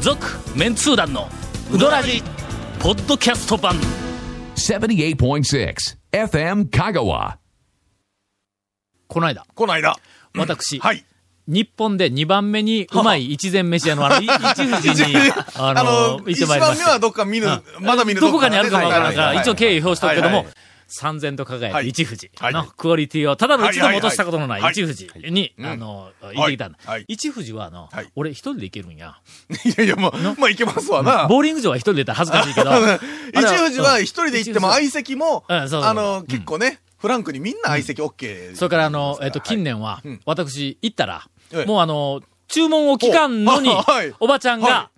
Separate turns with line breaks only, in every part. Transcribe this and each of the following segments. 続メンツー団のウドラジポッドキャスト版
78.6 FM Kagawa.
この間、
この間。
私、
はい。
日本で2番目にうまい一膳飯屋のあの、い 一富士に、あの、行ってまいりま
一番
し
目
た
は。どっか見ぬ、まだ見ぬ
どこかにあるかもわからないか
は
ら、
は
一応敬意表しておくけど
はい
も
はい、
三千と輝
は
く
い
一富士
はい
のクオリティを、ただの一度も落としたことのな
はいい
一富士に、あの、行ってきたんだ
はいはい。
一富士は、あの
はい、
俺一人で行けるんや。
いやいや、まあ、まあ、いけますわな。。
ボーリング場は一人で行ったら恥ずかしいけど
一富士は一人で行っても
一富士
相席も、
うんそうそうそう
あの、結構ね、フランクにみんな相席 OK。
それから、あの、えっと、近
年。
年は
うん、
私、行ったら
ええ、
もうあの、注文を聞かんのに
おはい、
おばちゃん
は
が、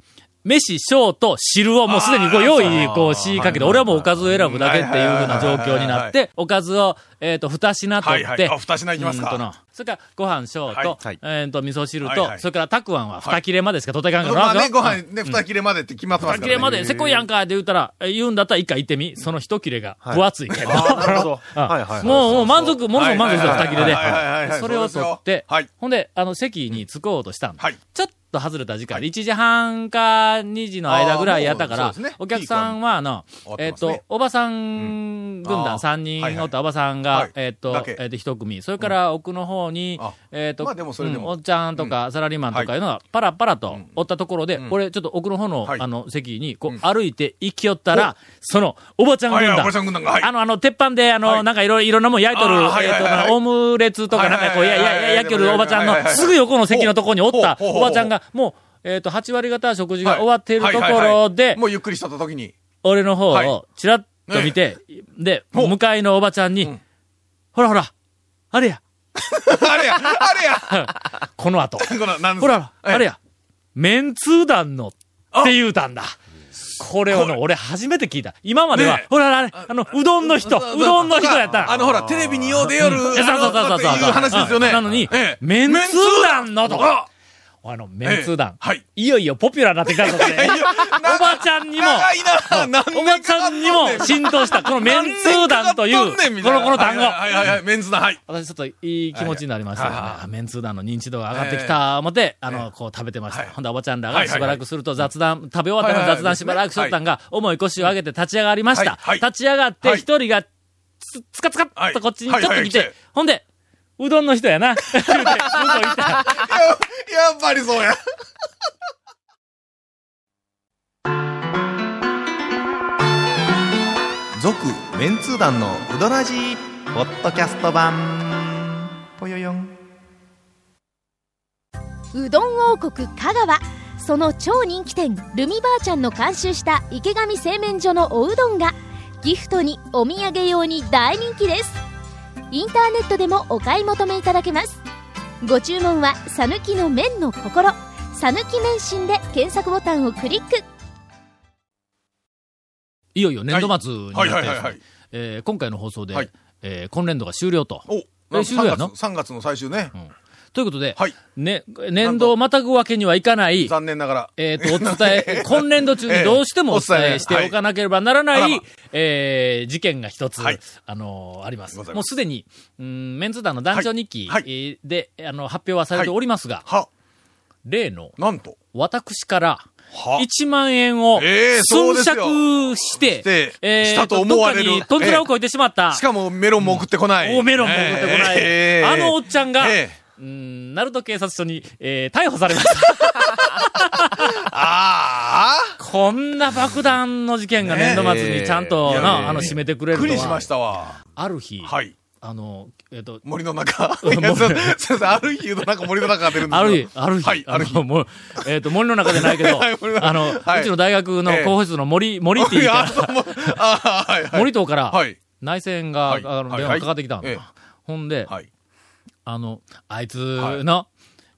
飯、小と汁をもうすでにこう用意、こうしかけて、俺はもうおかずを選ぶだけっていうふうな状況になって、おかずを、えっと、二品取
は
っ
い
て
はいあ、二品いきますか
うんとなそれから、ご飯小と
はい、
えっと、味噌汁
はい
と
は、い
それから、たくあんは二切れまでしか取っていかんから
まあ
な
ね、ご
う
飯
ん
ね、二切れまでって決まってます
二
か
切
らね。
れまで、せこいやんかって言うたら、え言うんだったら一回行ってみ。その一切れが分厚いけど。
あーなるほど
うん
はいはいはい
もう、もう満足、ものすごく満足した
は
二
い
切れで
はいはいはいは。い
それを取って
そうですよはい、
ほんで、あの、席に着こうとしたんだ
はい
ちょっと外れた時間、1時半か2時の間ぐらいやったか
あ
ら
ーもうそうですね、
お客さんは、あの
終わ、っ
えっ
てますね
と、おばさん軍
あ
団
ー
3人おっ
はい
たおばさん
は
が
い、
えっと
だ、け
えっと、一組。それから奥の方に
あ、
えっと、
まあでもそれで
う
も
んおっちゃんとかサラリーマンとかいうのが、パラパラとおったところで、俺、ちょっと奥の方の、
はい
あの、席に、こう、歩いて行きよったら、その、おばちゃん軍
はいはい
団
おばちゃん軍団がはい
あの、あの、鉄板で、あ
は
の、
い
なんかいろいろいろんなもん焼いとる、
あーはい
えっと
はいはい
なんか、オムレツとかなんかこう、
はいい
や
はいいはい
やいや、焼きよる
はい
おばちゃんの
はいはいは、い
すぐ横の席のとこにおった、
ほうほうほうほ
お
う
ばちゃんが、もう、えっと、8割方食事が終わっている
はい
と
はい
こ
はいはい
ろで、
もうゆっくりしとった時に。
俺の方
はい
をちらっと見て、で、
ほう
向かいのおばちゃんに、
ん
ほらほら、あれや、
あれや、あれや、
この 後。
この、なんです
ほら、
はい
あれや、メンツー団のって言うたんだ。これをの、俺初めて聞いた。今までは、
ねえ
ほら、あれ、あの、うどんの人、うどんの人やったら。
あの、ほら、テレビによう出よる、
そうそうそうそうそ
あの
う
っていう話ですよね。
なのに
ええ、
メンツー団のと。
あ
あの、メンツー団。
ええはい。
いよいよポピュラーになってきたぞって。おばちゃんにも、
長いな、何
おばちゃんにも浸透した、このメンツー団とい
何年
う、
かかっとんねんみ
こ
たいな
の、この単語。
はいはいはいはい、メンズだ、はい。
私ちょっといい気持ちになりましたよね。
はいはいはい
あメンツー団の認知度が上がってきた思って、あの、こう食べてました。
はい
ほんで、おばちゃんら
は
が
いはいは
し
い
ばらくすると雑談、食べ終わったの
はいはいはい
雑談しばらくしとったんが、重い腰を上げて立ち上がりました。
はいはい
立ち上がって
は
一
い
人が、つ、つかつかっとこっちにちょっと
はいはい
来
はい
て、
来て
ほんで、うどんの人やな。言うてうどん行ったら
やっぱりそうや。
続メンツー団のウドラジポッドキャスト版ぽよよん
うどん王国香川その超人気店ルミばあちゃんの監修した池上製麺所のおうどんがギフトにお土産用に大人気ですインターネットでもお買い求めいただけますご注文は「さぬきの麺の心」「さぬき麺心」で検索ボタンをクリック
いよいよ年度末になっ
はい
て
はい
で
はい
す
は
ね
い、。
えー今回の放送で、
はい
えー今年度が終了と。
お、
え終了やな
3, 月3月の最終ね。
ということで、
はい
ね、年度をまたぐわけにはいかない、
残念ながら。
えっ、と、お伝 え、今年度中にどうしてもお伝えしておかなければならない、
はいあらま
えー事件が一つ、
はい
あのーあります。
ござい
もう
ます
すでに、うん、メンズ団の団長日記
はいは
えーで、あの、発表はされておりますが、
は、
例の、
なんと。
私から、
は
1万円を、
えーそう
寸
ですよ
借して、
して
えー
したと思われる
どっかにトンツラを超えてしまった、
しかもメロンも送ってこない。
大メロンも送ってこない、
ええ
あのおっちゃんが、
ええ
うん、鳴門警察署に、えー逮捕されました。
ああ
こんな爆弾の事件が年度末にちゃんと、
ね
な
え
い
や
あの、締めてく
び
れ
っ
ると
く
は
りしましたわ。
ある日、
はい。
あの、えっ、と、
森 の中。
うん
いやそうそうそうある日言うとなんか森の中が出るんです
あ
よ
る日、ある日、
はい、あ
の
る日。
もうえっ、と、森の中じゃないけど、
はい森の中
あの、
はいう
ちの大学の
ええ
候補室の森、森 って言う
あ
か
そうもうあーはい
ら、
はい。
森党から、
はい。
内戦が、
はい
あの、
はい
電話がかかってきたんだ、
はいええ
ほんで、
はい。
あの、あいつ
はい
の、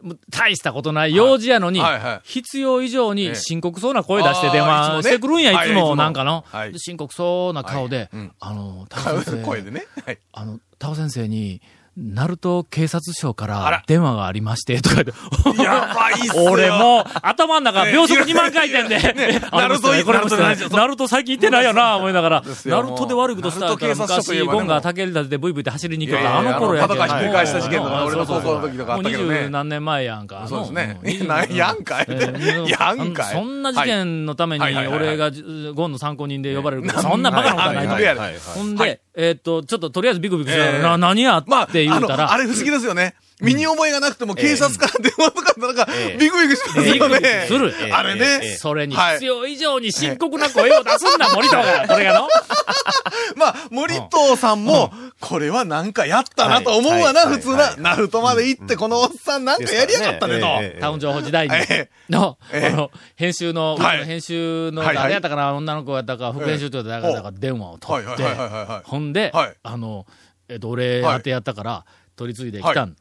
もう大したことない用事やのに、
はいはい
必要以上
え
に
え
深刻そうな声出して電
あー
話
いつも
し
ね
てくるんや、
はいい
つ
いつ
も、
も
なんかの、
はい
深刻そうな顔で、
はいうん
あの、田尾先生
声でね。はい。
あの、田尾先生に、鳴門警察署か
あ
ら
ら
電話がありまして、とか 言って。
やばいっすよ。
俺もう頭の中秒速2万回転で、あの人ね
ナルト
これも人ね
ナルト
ナルト最近行ってないよな、思いながら、
ですよ
ナルトで悪いことしたら
ナルト警察署と
昔、
いえばね
ゴンが竹立でブイブイで走りに行くよ
いや
あ
いやい
の
や
頃やけど
あのパトカーひっくり返した事件とか
うん
俺の
そうそうそう
高校の時とかあったけどね
もう二十何年前やんか。
そうですね
も二十
なやんかい
えー
やんかい
あのそんな事件のために、
はいはいはいはい
俺がじゴンの参考人で呼ばれることそんなバカなことはないと
は
思。
いうはいはい
ほん
は
で
い、
えーっと、ちょっととりあえずビクビクしながら
ええ
な何やっ
まあ、
て言うた
あの
ら、
あれ不思議ですよね。身に覚えがなくても警察から電話とかなんかビクビクしますよ
ビクビク
ね。
するええ
あれね。
それに
はい
必要以上に深刻な声を出すんだ、森田が。これがの。
まあ、森藤さんも、これはなんかやったなと思うわな、
はい
普通
はいは
な。ナルトまで行って、このおっさんなんかやりやがったねと。
ええ
タウン情報時代に
え
の、
ええ
あの、編集の、
はい
僕の編集の、
はいはい
誰やったかな、女の子やったか、副編集長やったか
ええ
だから電話を
は
取
いは
っ
い
て
はい、はいはい。
ほんで
はい、
あの、えっと、俺宛てやったから、取り継いできたん。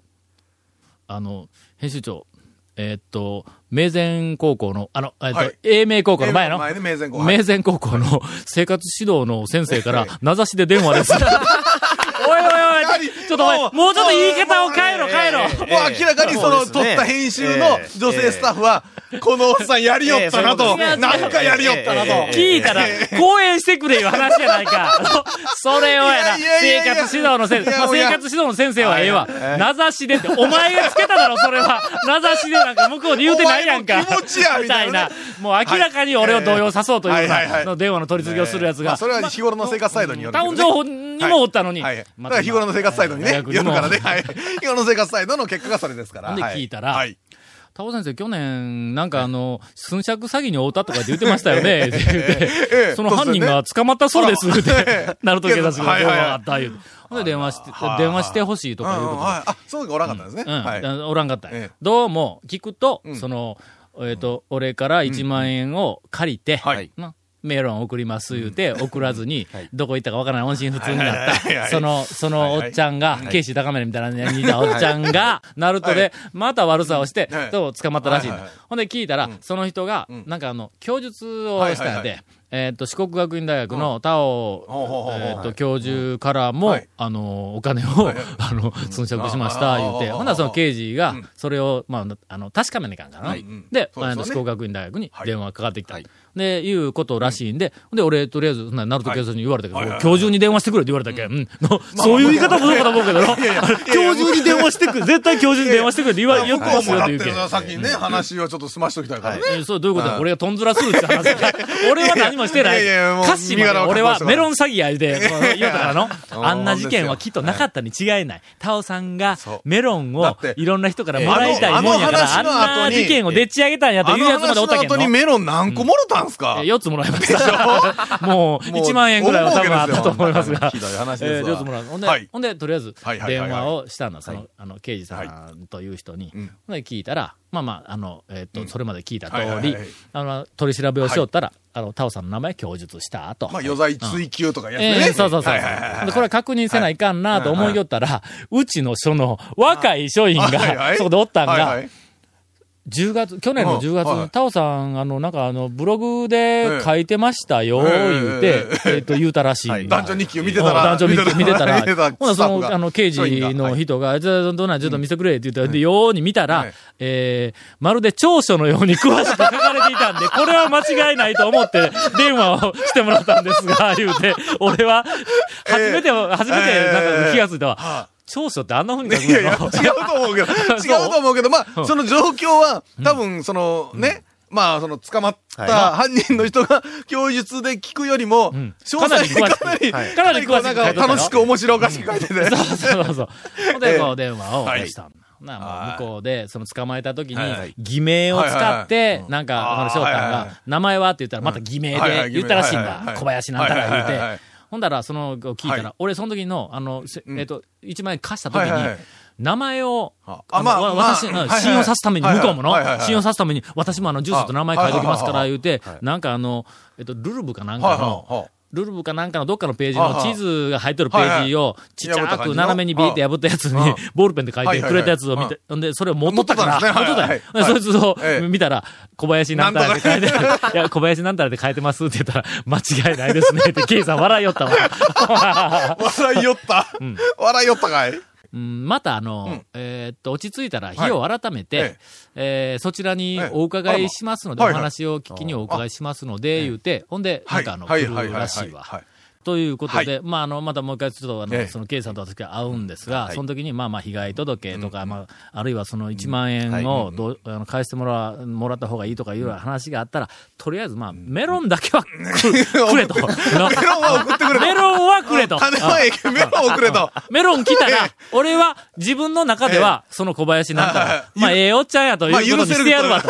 あの、編集長、えっと、明前高校の、あの、えっ
は
と
い、
英明高校の前の、
前ね、名前後輩
明前高校の生活指導の先生から、名指しで電話です。おいおいおい、ちょっとお前、もうちょっと言い方を変えろ変えろ。
もう明らかにそ
そう
の、
ですね
撮った編集の女性スタッフは、このおっさんやりよったなと。
ええええ
なんかやりよったなと。
ええええ
聞いたら、講演してくれいう話じゃないか。 それをやな、
いやいやいやい
生活指
や
導の先生、
いや
まあ
い
生
や
活指導の先生はええわ。名指しでって、お前がつけただろ、それ は。名指しでなんか向こうで言うてないやんか。
お前の気持ちや
みたいな
みた。
もう明らかに俺を動揺さそうというよう
はいはいは
ないの電話の取り次ぎをするやつ
まあ
が。
それは日頃の生活サイドによるけ
タ
ど
ウ
ね。
ン情報にもおったのに。
はい。だ
ま
か
た
ら日頃の生活サイドにね、
大
夜
学にも
からね、はい。日頃の生活サイドの結果がそれですから。
ほんで
は
聞いたら
はい。
タオ先生、去年、なんかあの、寸借詐欺に遭ったとかって言ってましたよ ね、って言って
ええ
その犯人が捕まったそうです、って
え え、
ナルト警察が
はい
電
はいはい
話あった、言うて。ほんで電話して
は、い
電話してほしいと
うん
かいうこ
うん
と
はいあ、そうか、おらんかったんですね。
うん、
はい。
おらんかったんや、
ええ
どうも聞くと、
うん
その、えっ、と、俺から1万円を借りて、
はい
なメロン送ります言うて、送らず に、どこ行ったかわからない音信不通になっ
はいはいは
た。
い
その、そのおっちゃんが、ケイシー高めみたいな似たおっちゃんが、ナルト
は
で、また悪さをして
は、い
と、捕まったらしいん
はい
だ
はいはい。
ほんで聞いたら、その人が、
ん
なんかあの、供述をしたんや
はいはいは
で、えっと、四国学院大学の田尾
ほうほうほうほう
えっと、教授からも、
はい
あの、お金を、 あの、寸借しました、言うて。
ああ
ほんならその刑事が
ん、
それを、まあ、あの、確かめなきゃいかんかな。
はいうん
で、
そうですよね
あの、四国学院大学に
はい
電話かかってきた。
はい
で、いうことらしいんで、で、俺、とりあえず、そんなナルト警察に言われたけど、
はいはいはい
今日中に電話してくれって言われたっけ、うん。のそういう言い方もどうかと思うけどな、今日中に電話してくれ、絶対今日中に電話してくれって言わ、言って
向こ
ま
う
す
も
よっ
だってて
言うけ。
さっきね、話をちょっと済ましときたいからね。
えーそう、どういうことだ俺がトンズラするって話だ 俺は何もしてない。
いやいやもう
歌詞もね
身柄を
俺
確保
は
して
メロン詐欺やで、 こう言うたからの。あんな事件は
ほんです
き
よ
っとなかったに違いない。タオさんが
そう
メロン
だ
を
って
いろんな人からもらいたいもんやから、あ
あ
ん
のあの話の後に
な事件をでっち上げたんやと
あ
いう
の
やつま
話
でおった
の
けんの
後。にメロン何個もろたんすか
4つもらいました。もう、
もう
1万円ぐらいは多分あったと思い ますが。
ひどい話ですわ
えー4つもらう。ほんで、
はい
ほんで、とりあえず
はい、はい
電
はいはい
話をしたの、そ
は
の
い、
あの、刑事さんという人に
ん。
ほんで、聞いたら、まあまあ、あの、えっと、それまで聞いた通
はいはいはい
り
はい、
あの、取り調べをしよったら、あの、タオさんの名前供述した後。
まあ、余罪追及とかやつ
え
ね。
えそうそうそう。
はいはいはいはい
で、これは確認せないかんなと思いよったら、うちの署の若い署員
はいは
が、
い
そこでおったん
はいは
が
い、
10月、去年の10月
うんは
に、
い
タオさん、あの、なんかあの、ブログで
え
書いてましたよ、言うて、えっと、言うたらしいんだ。
男女日記を見てたら。
男女見て見てたら、ほな、
スタ
そ
ッフが
の、あの、刑
署員が
事
は
の
い
人が、じゃあ、どんなん、ちょっと見せてくれって言ったら、で、ように見たら
はい、
えー、まるで長所のように詳しく書かれていたんで、これは間違いないと思 って、電話をしてもらったんですが、言うて、俺は、初めて、初めて、なんか気がついたわ。長所ってあんな風に書く
いやい
の
や、違うと思 うけど、違うと思うけど、まあ、その状況は、多分、そのね、まあ、その捕まった犯人の人が供述で聞くよりも、詳細にかなり、
かなり詳しく書いてた
なん
よ
か楽しく面白おかしく書いてて。
そうそうそう。ほん
え
で、
え
こう電話を
はい
したんだ。なあもう向こうで、その捕まえた時に
はいはい、
偽名を使っ
はいはい
て
は、い
なん
あ
か、
ー
あの、翔太
はいはいは
が、名前はって言ったら、また偽名
はいは
で
い
言ったらしいん
偽名はいはいは
だ。
い
小林なんたら
はい
言
は
う
いはいは
て
い。
ほんだら、その、聞いた
は
ら、俺、その時の、あの、せえっと、1万円貸した時
はいはいは
に
い、
名前を、
あ
あ
まあ
の
まあ
私、
はいはいはい
信用さすために、
はい
向
はい
こうもの
はいはいは、い
信用さすために、私もあの、住所と名前書いておきますから、
あ
言うて、なんかあの、えっと、ルルブかなん
は
か
い
の、
はいはい。
ルルブかなんかのどっかのページの地図が入ってるページをちっちゃく斜めにビーって破ったやつ
はい
に
はいはい
ボールペンで書いてくれたやつを見
はいはいは
て、ほんで、それを持っとったから、
持っとったんです
持っとったよ
ねはいはい
そいつ
え
を
え
見たら、小林なんたらって書いて、いや、小林なんたらって書いてますって言ったら、間違いない ですねって、ケイさん笑いよったわ。
笑いよった。笑いよったかい
うんまたあの、
うん
えーっと、落ち着いたら日を改めて、
はいえ
えーそちらに
ええ
お伺いしますので、
あ
お
らまはいはい
話を聞きにお伺いしますので、言うて、ほんで、なんかあの、来るらしいわ。
はい
ということで、まあ、あの、またもう一回ちょっと、あの、
ええ
その、ケイさんと私が会うんですが、
い
その時に、まあまあ、被害届とか、まあ、あるいはその1万円をどう、あの返してもら、もらった方がいいとかいうような話があったら、とりあえず、まあ、メロンだ けはくくれと。メロンは送ってくれメロンはくれと。
金はええけどメロンをくれと。
メロン来たら、俺は自分の中では、その小林なん
はい
か
は、い
まあ、ええおっちゃんやという
ま
こ
あ
とにしてやる わと、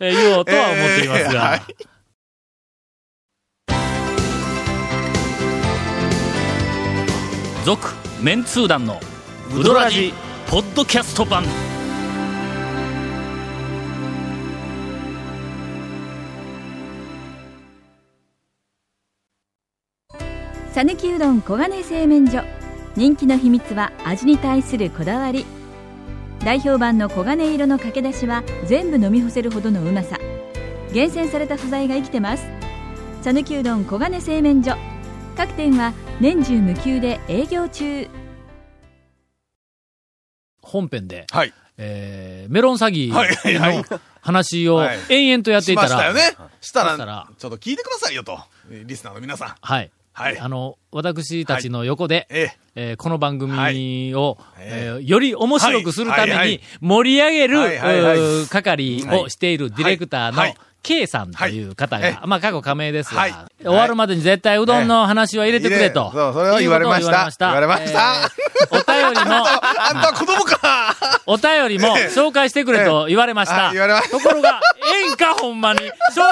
え言おうとは思っていますが。
えーはい
続メンツー団のウドラジポッドキャスト版
さぬきうどん黄金製麺所人気の秘密は味に対するこだわり代表版の黄金色のかけだしは全部飲み干せるほどのうまさ厳選された素材が生きてますさぬきうどん黄金製麺所各店は年中無休で営業中
本編で、
はい。
えーメロン詐欺
はいはいはい
の話を
はい
延々とやってい
したました
ら、
よね。した
したら
ら、ちょっと聞いてくださいよと。えーリスナーの皆さん。
はい。
はい
あの、私たちの横で、
ええ。
えーこの番組を、
は
えーより面白くするため
はいはいは
に
い
盛り上げる、
はいはいはいう
ー係をしているディレクター
は
の
いはい、
K さんという方
はい
が、まあ過去加盟です
はい
が、終わるまでに絶対うどんの話は入れてくれと。
ええそうそれは言われました
いうことを
言われました
えーお便りも、
あんた子 供か
お便りも紹介してくれと言われまし
ええ
た。
あ言われました
ところが、演歌ほんまに、紹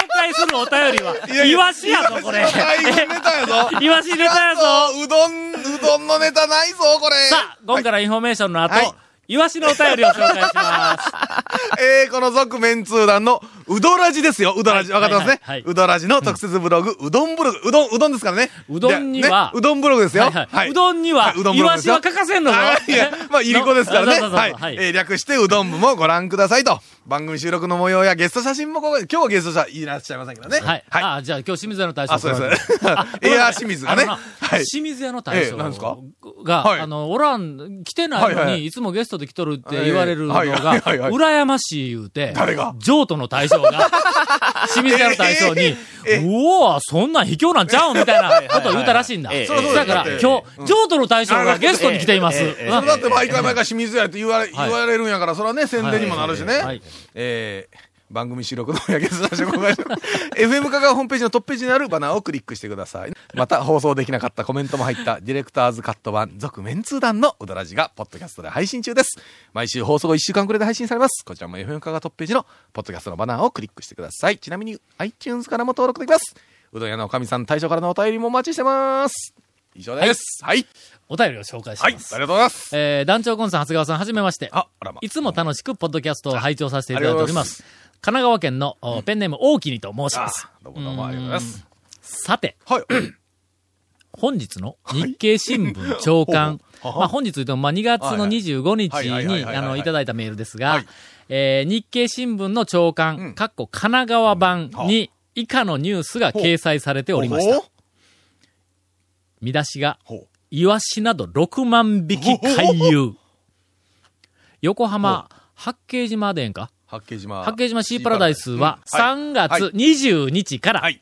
介するお便りは、
いやい
イ
や
ワシやぞ、これ。
大変ネタやぞ。
イワシネタやぞ。
ぞ。うどん、うどんのネタないぞ、これ。
さあ、今からインフォメーションの後、
はい
イワシのお便りを紹介します。
えー、この続面通談のうどらじですよ。うどらじ。
は
わ
い
かってますね。
はいはいう
どらじの特設ブログ、うどんブログ。うどん、うどんですからね。
うどんには
ねうどんブログですよ。
はいはいうどんには
うどんブログですよ
イワシは欠かせんのぞ
はいいや、 まあ、いりこですから
の
ね。
そうそうそう
はい。
はい
えー略してうどん部もご覧くださいと。番組収録の模様やゲスト写真もここで、今日はゲスト者いらっしゃいませんけどね。
はい。あ、じゃあ今日清水屋の大将
あそうです
あごめんなさい
エア清水がね
あのな
はい
清水屋の大
え
将
えなんですか
が、
はい
あの、おらん、来てない
はい
の
は
に、
い
いつもゲストで来とるって言われるのが、
はいはいはいはい
羨ましい言うて、
誰が
譲渡の大将が、 清水屋の大将に、
ええ
うおーそんなん卑怯なんちゃうんみたいなことを言うたらしいんだ。
はいはい
はいええ
だから、
ええ
今日、
うん
譲渡の大将がゲストに来ています。
ええええ
うん
それだって毎回毎回清水屋って言われ、
はい
言われるんやから、それはね、宣伝にもなるしね。
はいはい
えー番組収録のやけずなしご会社 FM 香川ホームページのトップページにあるバナーをクリックしてください。また放送できなかったコメントも入ったディレクターズカット版続メンツー団のうどらじがポッドキャストで配信中です。毎週放送後1週間くらいで配信されます。こちらも FM 香川トップページのポッドキャストのバナーをクリックしてください。ちなみに iTunes からも登録できます。うどん屋のおかみさん大将からのお便りもお待ちしてます。以上です。はい。
お便りを紹介し
はい。あ
ま
りが
す。
とうございます。
えー団長コンさん、長谷川さん、はじめまして。
あ、あらま。
いつも楽しくポッドキャストを拝聴させていただいております。神奈川県の、おペンネーム大きにと申します。
どうもどうもありがとうございます。
さて、
はい。
本日の日経新聞長官。
ほうほうはは
まあ本日というと、まあ2月の25日
はいはいはいはいはい
に、
はい
あの、いただいたメールですが、
はい
えー日経新聞の長官、
ん
かっこ神奈川版に以下のニュースが掲載されておりました。見出しが、
ほう。
イワシなど6万匹回遊。横浜、八景島でええんか
八景島。
八景島シーパラダイスは
うんはい
3月20日から、
はい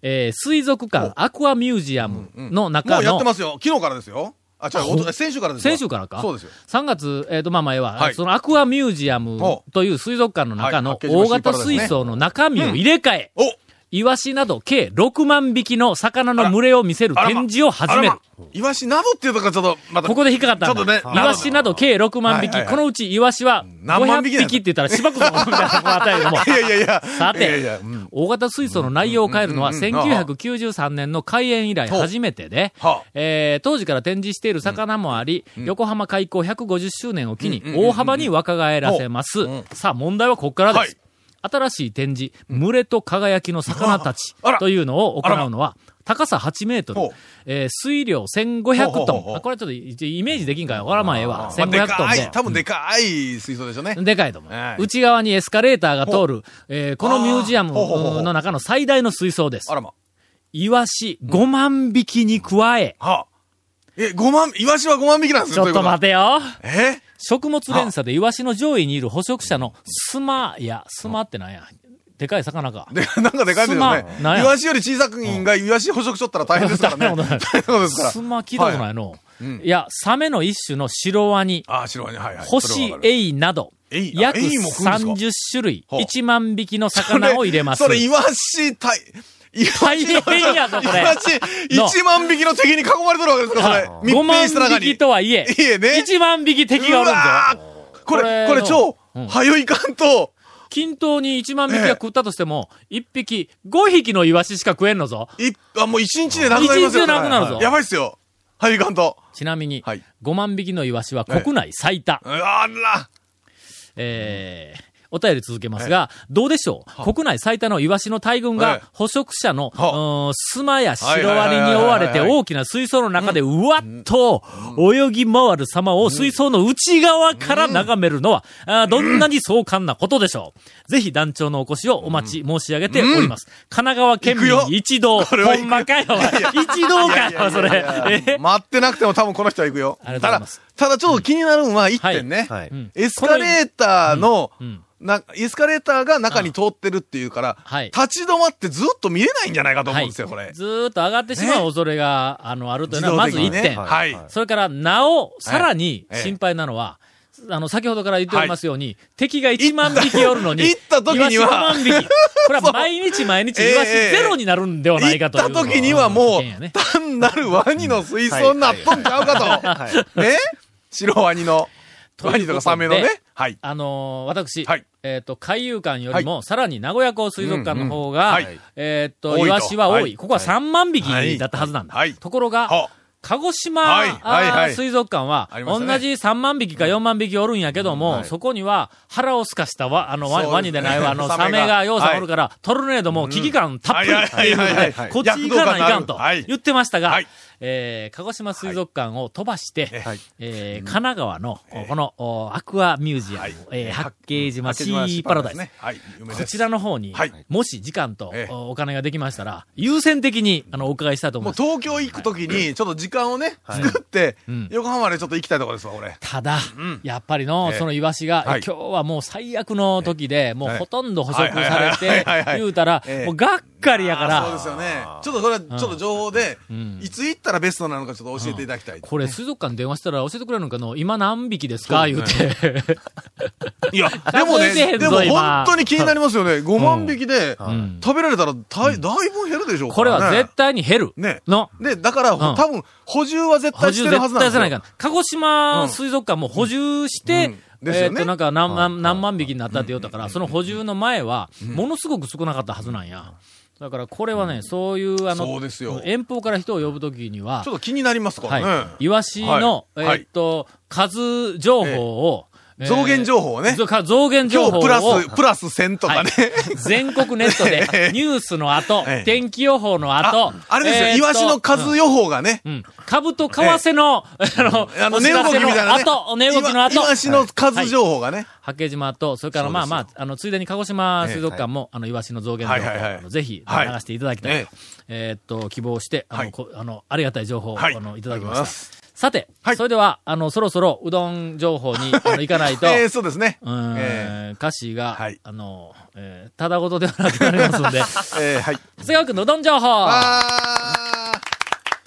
えー水族館アクアミュージアムの
も
中
うや
の、
ってますよ。昨日からですよ。あ、違うおと、先週からですよ
先週からか
そうですよ。
3月、えっ、と、まあまあ、ええわ
はい
そのアクアミュージアム
ほ
という水族館の中
は
の
い八景島
大
シーパ
型
ラダイスね
水槽の中身を入れ替え、
お
イワシなど計6万匹の魚の群れを見せる
あらま
展示を始
あ
め
ら
る
ま。イワシなどっていうとかちょっと、また。
ここで引っかかったんだ。
ちょっとね
イワシなど計6万匹。
はいはいはい
このうちイワシは
何
500
万匹なんだ
匹って言ったら芝生のみたいなこの辺りでも。
いやいやいや。
さて
いやいや、うん。
大型水槽の内容を変えるのは
うんうんうんうん
1993年の開園以来初めてで
ほうはあ、
えー当時から展示している魚もあり、横浜開港150周年を機に
うんうんうんうん
大幅に若返らせます
ほううん。
さあ問題はここからで
は
す
い。
新しい展示、群れと輝きの魚たち
あら
というのを行うのは、高さ8メートル
ほう、
えー水量
ほ
1500
うほう
ト
ほうほ
ン。
う
あこれはちょっとイメージできんからわからまあええわ。
まあ、で
1500トン
か
で
い、。多分でかい水槽でしょうね。
でかいと思う
は。い
内側にエスカレーターが通る、えーこのミュージアム
あーほうほうほうほう
の中の最大の水槽です
あ。らま。
イワシ5万匹に加え、
はえ、5万、イワシは5万匹なんです
ち
よ、
ょっと待
て。
てよ。
え
食物連鎖でイワシの上位にいる捕食者のスマ、いや、スマってなんや。でかい魚か。
で、なんかでかいですよね
すまんなん。や
イワシより小さくんがイワシ捕食しとったら大変ですからね。
大変なことない
大変なことですから。。
スマ聞いたことないいの。
うん
いや、サメの一種のシロワニ、
ああ、白ワニ、はいはい。
ホ
それは
シ
わかる
エイなど、
エイあ
約
エイも食うんですか
30種類、
はあ
1万匹の魚を入れます。
それ、それイワシ対、イワシの
大変やぞこれ
イワシ、
の
1万匹の敵に囲まれてるわけですから、 そ
5
れ。密
万
閉した中に。
匹とはいえ、
いえね
1万匹敵がおるん
う
だよ。
わーこれ、
これ
これ
の
超
うん、
はよいかんと、
均等に1万匹が食ったとしても、1匹、5匹のイワシしか食えんのぞ。
いあ、もう一日でなくなりますよ。
一日でなくなるぞ
やばいっすよ。はよいかんと。
ちなみに、
はい
5万匹のイワシは国内最多。
うわあら。
えーお便り続けますが、どうでしょう国内最多のイワシの大群
はい
が、捕食者の、う
は
ーんスマやシロワニに追われ
はいはいはい
て
はいはい
大きな水槽の中でうわっと泳ぎ回る様を水槽の内側から眺めるのは、あーどんなに壮観なことでしょう。ぜひ団長のお越しをお待ち申し上げております。神奈川県
行く
民
よ
一同。
これは行く
ほんまかよ。一同かよ、それ。えー
待ってなくても多分この人は行くよ。
ありがとうござ
た
い
だ
ます、
ただちょっと気になるのは1点ね。
はい。
ん
エスカレーターの
うんうん、
なエスカレーターが中に通ってるっていうから、
はい
立ち止まってずっと見れないんじゃないかと思うんですよ、こ
は
れ
い。ずーっと上がってしまう恐れが、あの、あるというのは、まず1
自動的にね
点。
はい。
はい
それから、なお、さらに
ええ
心配なのは、あの、先ほどから言っておりますように、敵が1万匹おるのに、
行った時には
イワシ5万匹。 これは毎日毎日、
ええ
イワシゼロになるんではない
行
か
っ
という。
た時にはもう
危険やね、
単なるワニの水槽になっとんちゃうか
はい。
と。ね白ワニの、ワニとかサメの
という
ね
ことで。
はい。
あのー私、
はい
えっ、と、海遊館よりも、さらに名古屋港水族館の方が、
うんうんはい
えっ、
多い
と、
と
イワシは多い。
はい
ここは3万匹だったはずなんだ。
はいはい
ところが、
は
鹿児島、
はいはいはい
あー水族館は、
ありま
同
し
じ
たね
3万匹か4万匹おるんやけども、そこには腹をすかしたわ、あの、ワニ
そうですね
ワニでないわ、あの、
サ
サ
メが
メがようさん
はい
おるから、トルネードも危機感たっぷりっていう
はいはいはいはい
ので、こっち行かないかん
躍動
と
感があるはい
言ってましたが、
はい
えー鹿児島水族館を飛ばして、
はい
えー神奈川の、この、おアクアミュージアム、えー八景島シーパラダイス。
ね。はい。有名
こ
で
ち
す
らの方に、
はい
もし時間と、
ええ
おお金ができましたら、優先的にあのお伺いしたいと思い
もう
ます。
東京行くときに、ちょっと時間をね、作って、横浜までちょっと行きたいところですわ、俺。
ただ、
ん
やっぱりの、
ええ
そのイワシが、
はい
今日はもう最悪の時で、もう
はい
ほとんど捕食さ
はいは
れ
いは
て
いは、い
言うたら、
ええ
もうがっかりやか
あーそう
ら、
ですよね。ちょっとそれは、ちょっと情報で
ん、
いつ行ったらベストなのかちょっと教えていただきたい。
これ水族館に電話したら教えてくれるのかの今何匹ですか言うて。
いや、 でも
数えてへ
ね、
ん
で
ぞ
も
今
本当に気になりますよね。5万匹で
ん
食べられたらだいだいぶ減るでしょう
これ
から
は
ね
絶対に減る。
ね
の。
で、だから、
ん
多分、補充は絶
補
対し
充
てるはず
絶
な
対
んです
せ
よ。
ないから。鹿児島水族館も補充して、
うんですよね
えーっと、なんか何万、何万匹になったって言ったから、その補充の前は、ものすごく少なかったはずなんや。だからこれはね、そういう、あ
そ
の
うですよ、
遠方から人を呼ぶときには
ちょ、っと気になりますからね。
はい。イワシの、
は
え
いはい
ーっと、数情報を、えー
増減情報をね。
ぞか増減情
今
報を
日プラス、プラス1000とかね。
全国ネット で、ニュースの後
ええ、
天気予報の後
あ、あれですよ、
えーっと
イワシの数予報がね。
うん。株と為替の、あ
あ
の、
の、
お知
値動
ら
き
せ
みたいな
の
ね。
後、値動きの後
イ、ワシの数情報がね。
八景島と、それからまあまあ、あの、ついでに鹿児島水族館も、あの、イワシの増減情報、
はいはいはい
あのぜひ流
はい
していただきたいと。
え
えーっと、希望して、あの、
はい
こあのありがたい情報を、
はい
あのいた
あ
だ
り
き
がとう
ま
ございま
し
す。
た。さて、
はい
それでは、あの、そろそろうどん情報に、あの、行かないと、
えー、そうですね。
うーん、
え
歌詞が、
はい
あの、えーただごとではなくなりますので、
ーえー、はい。
長谷川君のうどん情報
あー。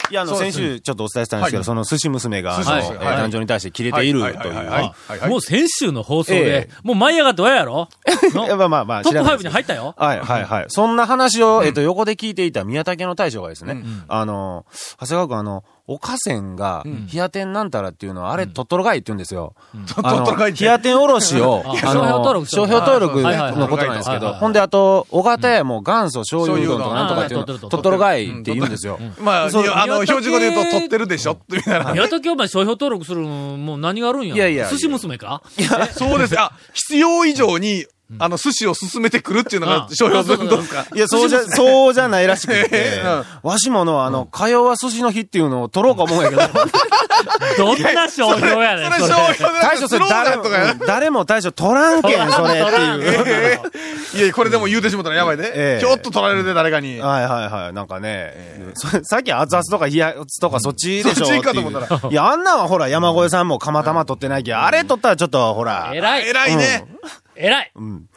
いや、あの、
そうで
先
す
週ちょっとお伝えしたんですけ
はい
ど、その寿司娘が、あの、
寿司
娘
え
はい
ー男女に対してキレていると。
はいいはいはいうはい
あ
はいはい
もう先週の放送で
ええ、
もう舞い上がってはやろ
やっぱまあまあ、
トッ
知ら
プ
ない
5
です
に入ったよ。
はいはいはい。そんな話を、えっと、横で聞いていた宮武の大将がですね、あの、長谷川君、あの、おかせんが、冷や天なんたらっていうのは、あれ、鳥取貝って言うんですよ。あ
鳥
の
取貝って
冷や天おろしを、
あ
あの
商標登録してる
商標登録
はいはいはい
のことなんですけ
はいはい
ど、
はい
ほんで、あと、小形屋も元祖醤油うどんとかなんとかっていう
あー
の、
鳥
鳥
取
取貝って言うんですよ。
まあ、
そう
いやあの、
宮武
標準語で言うと、撮ってるでしょみたいな。
宮崎お前商標登録するんもう何があるんや。
いやいや
寿司娘か
そうです。あ、必要以上にあの、寿司を進めてくるっていうのが
う、ん
商用文どうですか。、
いや、そうじゃ、そうじゃないらしくて
うん
わしもの、あの、火曜は寿司の日っていうのを取ろうか思うんやけど、
どんな商標やねん、
それ
そ
商
れ。
用だ
大将そ
だ
れ誰
と
も、
かや
うん誰も大将取らんけん、それっていう。
いや、これでも言うてしもたらやばい
え
で。
え
ちょっと取られるで、誰かに。
はいはいはい。なんかね、そさっき熱々とか冷やつとかそっちでしょ
そっちかと
ていう
思った
いや、あん なんはほら、山越えさんも釜玉取ってないけど、あれ取ったらちょっとほら、
偉い。
偉いね。
偉い。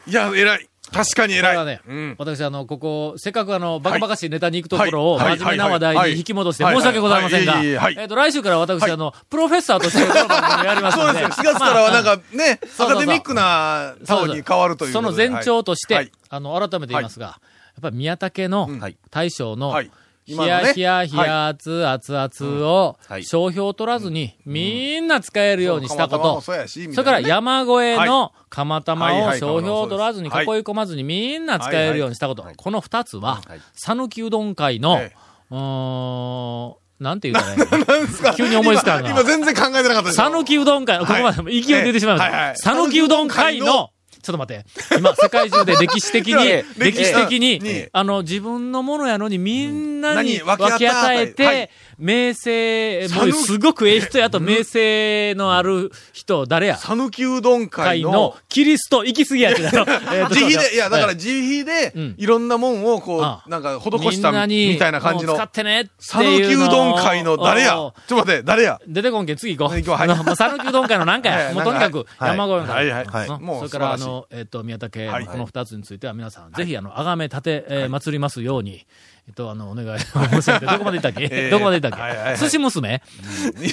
いや、偉い。確かに
これ
偉。
はいね
うん、
私、あの、ここ、せっかくあの、バカバカしいネタに行くところを、
はいはい
真面目な話題に引き戻して、
はいはい
申し訳
はい
ございませんが、
はいはいはい
えっと、来週から私、
はい
あの、プロフェッサーとして、この番組をやります
そ
の
うで
で。
すよ。4月からはなんかね、
そうそうそう
アカデミックなタオに変わるという
そ
こと
の
で。
前兆として、
はいはい
あの、改めて言いますが、やっぱり宮武の
はい
大将の、
はい
ヒ
今のね
ヤヒヤヒヤ熱熱熱を
うんはい
商標取らずにみんな使えるようにしたこ
そう釜玉
と。
もそうやしみ
そ
た
れ
いな
から
ね
山越えの釜
はい
玉を
はい
商標を取らずに囲い
はい
込まずにみんな使えるようにしたこと
はいは。い
この二つは
はい、
讃岐うどん会の
ええ、
うーん、なんて言うたらいいの
なんですか
急に思いつかんな
今今全然考えてなかったです。
讃岐うどん会、ここまで勢い出てしまいまし
はいはいは
た。
い
讃岐うどん会の、ちょっと待って、今、世界中で歴史的に
え、え
歴史的
ええ
に、あの、自分のものやのにみんなに
うん
分
何
け与え
分け与え
て、名声、もう
讃岐
すごくええ人やと名声のある人、誰や
讃岐うどん
会
会の
の、キリスト行き過ぎ やってだろ。えーと
自費で、いや、だから
え
自費で
うん、
いろんなもんをこ
あ
う、なんか
え
施したみたいな感じ
みんなにもう
の
使。ってねって
讃岐
いう
う
のを。
どん会の誰やちょっと待って、誰や
出てこんけん、次行こう。
行こうはい
あの もう讃岐うどん会のなんか
はい
や。
はい
もうとにかく、
はい
山越えの会。
はいはい
は
もう
それから、あ
素晴らしい
の、えっと、宮武
はい
のこの二つについては皆さん、ぜひ、あの、あがめ立て、えー祭りますように、えっと、あの、お願いを申し上げて、どこまで行ったっ
え
け
ー
どこまで行った
はいはいは
っ
い
け寿司娘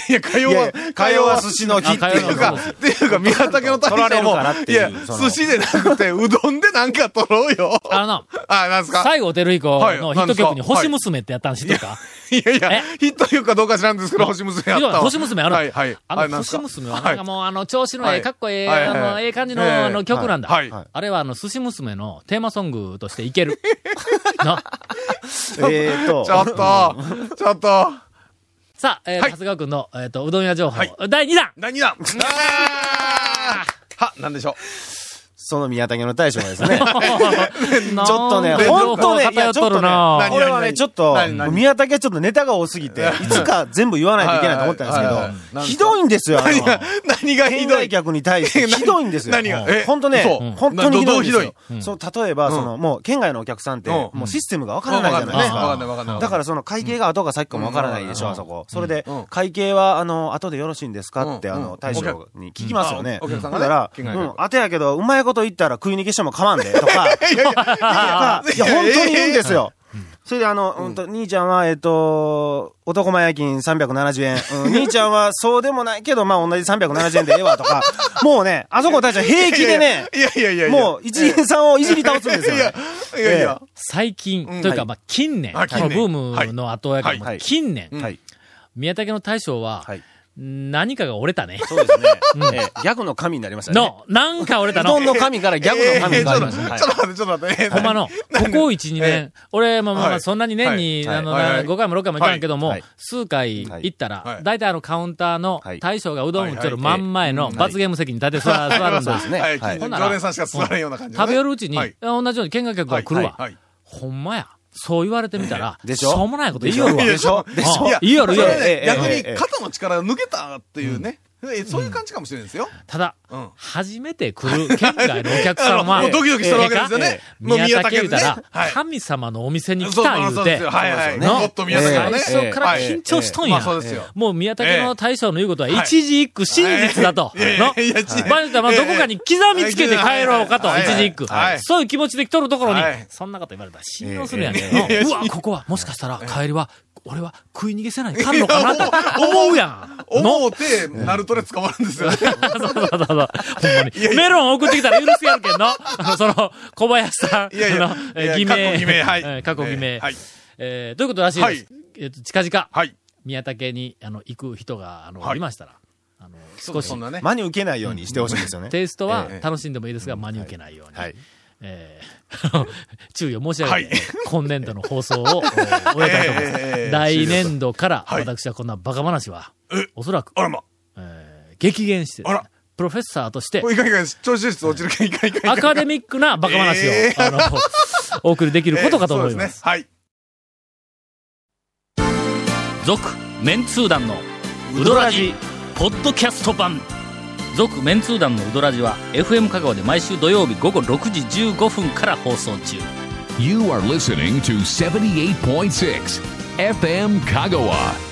いや、火曜
いや
は、
いや火曜は寿司の日って
あ火曜
い
っていうう
か
か、
の
っ
日
ていうか、宮武の大
取られ
将
る
も
からっ、て
い
いう
や、
その
寿司でなくて、うどんでなんか取ろうよ。
あの、
あ、なんすか
西郷照彦のヒット曲に
はい
星娘ってやったん知ってるか
いやいや
え、
ヒットいうかどうか知らんですけど、星娘やったわ。
星娘ある
はいはい。
あの、
れなんす
星
か
娘は、なんか
は
もう、あの、調子の
は
ええ、
い
かっこええ、
はい
あ
はい
の、ええ感じの、
ええ
あの、曲なんだ。
はい
はい
あれは、あの、寿司娘のテーマソングとしていける。 な。
えーと
いち、ょっと、ちょっと、
さあ、えー、
は
長
い
谷川くんの、えっと、うどん屋情報
はい、
第2弾
何だあーは、なんでしょ
その宮武の大将がです ね、
ちょ
ちょっとね、
本
本
当
当
ね
ね、、
い
い
や
や、
ち
ち
ょ
ょ
っ
っ
と
と
ね
ね、
何
俺はね、ちょっと
何、何
宮武はちょっとネタが多すぎて、いつか全部言わないといけないと思ってたん ですけ
はいはいはい
ど、ひどいんですよ、あ
う。何が
の。、
何がひ
県
ど
外
い。
客に対してひどいんです よ。
何がえ
本当ね
嘘、
本当にひどいんです
ど
よ
ど。
そう、例えば、その、もう、県外のお客さんって、
うん
もうシステムがわから
わ
ないじ
か
ゃ
ん
な
ないい
で
ね。
す
わかんない
か。
わかんない。
だから、その、会計が後か先かもわからないでしょ、あそこ。それで
うん、
会計は、あの、後でよろしいんですかって、
うん
あ
う
の、
ん
大将に聞きますよね。
お客さん
だ
がね
から、う
県外客
ん、当てやけど、うまいこと言ったら食い逃げしても構わんで、とか。
いやいや、
あいや、
いや
本当に言うんですよ。それであの、うんと、兄ちゃんは、えっと、男前夜勤370円。うん、兄ちゃんは、そうでもないけど、まあ、同じ370円でええわとか、もうね、あそこ大将平気でね、
いやいやいやいや。
もう、一元さんをいじり倒すんですよ。
いや、いやいや。
最近、
うん
というか、
はい
まあ、近年、
あ
この
近
ブ
年
ームの後やから、
はい
はい
近年、
うん
はい。
宮武の大将は、
はい
何かが折れたね。
そうですね。
うん
ええギャグの神になりましたね。
の、なんか折れた
う
の
どん。の神からギャグの神になりまし
え
た。
ー
はい
ちょっと待って、ちょっと待ってえー。
ほんまの、ここ1、2年、俺、まあまあま
は
あ、
い
そんなに年に、
はい
あの、
はいはい
5回も6回も行かんけども、
はい
数回
はい
行ったら、
はい
大体あのカウンターの
はい
大将がうどんを売ってる真ん前の
はい
罰ゲーム席に立て座座るんだ。
そうですね
はい、
はい
近
ほんな
所
ら
常連さんしか座れんような感じのね。
食べ寄るうちに、
はい
同じように見学客が来るわ。
はいはい
ほんまや。そう言われてみたら、
でし
し
ょ
ょうもないこと言いよるわ。
でしょでしょ
あ
いや、
いいやろいいやろ
それね
ええ
逆
ええ
に
ええ
肩の力抜けたっていうね。えそういう感じかもしれないですよ。
ただ、
うん
初めて来る県外のお客さん
あの
は、
もうドキドキしてるわけですよ
え
ね
えか
もう
宮武
宮
言う
武
た
ですね
ら、
はい
神様のお店に来
そう
た
まあ
言
そうで
て
すよ。、はいはい。
な
もっと宮崎のね。
最初から緊張しとんや。
ええまあそうですよ
もう宮武の大将の言うことは、
はい
一字一句真実だと。
ええいや
の
いやいや違う
場合によってはまあ
ええ
どこかに刻みつけて帰ろうかと、
はい
一字一句
は。い
そういう気持ちで来とるところに
はい、
そんなこと言われたら信用するやんけど
ええいやいや
うわ、ここはもしかしたら帰りは、俺は食い逃げせないかんのかなと思うやん。の
思うて、ナルトで捕まるんですよね。
そうそうそうそう。ほんまに。メロン送ってきたら許すやるけんの。 その、小林さん
いやいや
の、えー偽
いや過
名。
去偽名はい
えー過去偽名
えーはい。
えーということらしいで
は
す
い。
えっと、近々、
はい。
宮武に、あの、行く人が、あの、
はい
おりましたら、あの、少し
そ、んなね。
真に受けないようにしてほしいんですよね。
テイストは
ええ
楽しんでもいいですが、真に受けないように。
はい。
え ーあの注意を申し上げて、
はい
今年度の放 送を終えたいと思います。
ええ
来年度から、
はい
私はこんなバカ話は
え、
おそらく、
あらま。
えー激減してですね、
あら
プロフェッサーとして
お、いかんいかん、調子室落ちるけん、いかんいかんいかん。
アカデミックなバカ話を、
えー
あの、お送りできることかと思い
えーそう
ま。
ですすね。はい。
続メンツー団のウドラジポッドキャスト版続メンツー団のウドラジは FM 香川で毎週土曜日午後6時15分から放送中
You are listening to 78.6 FM Kagawa.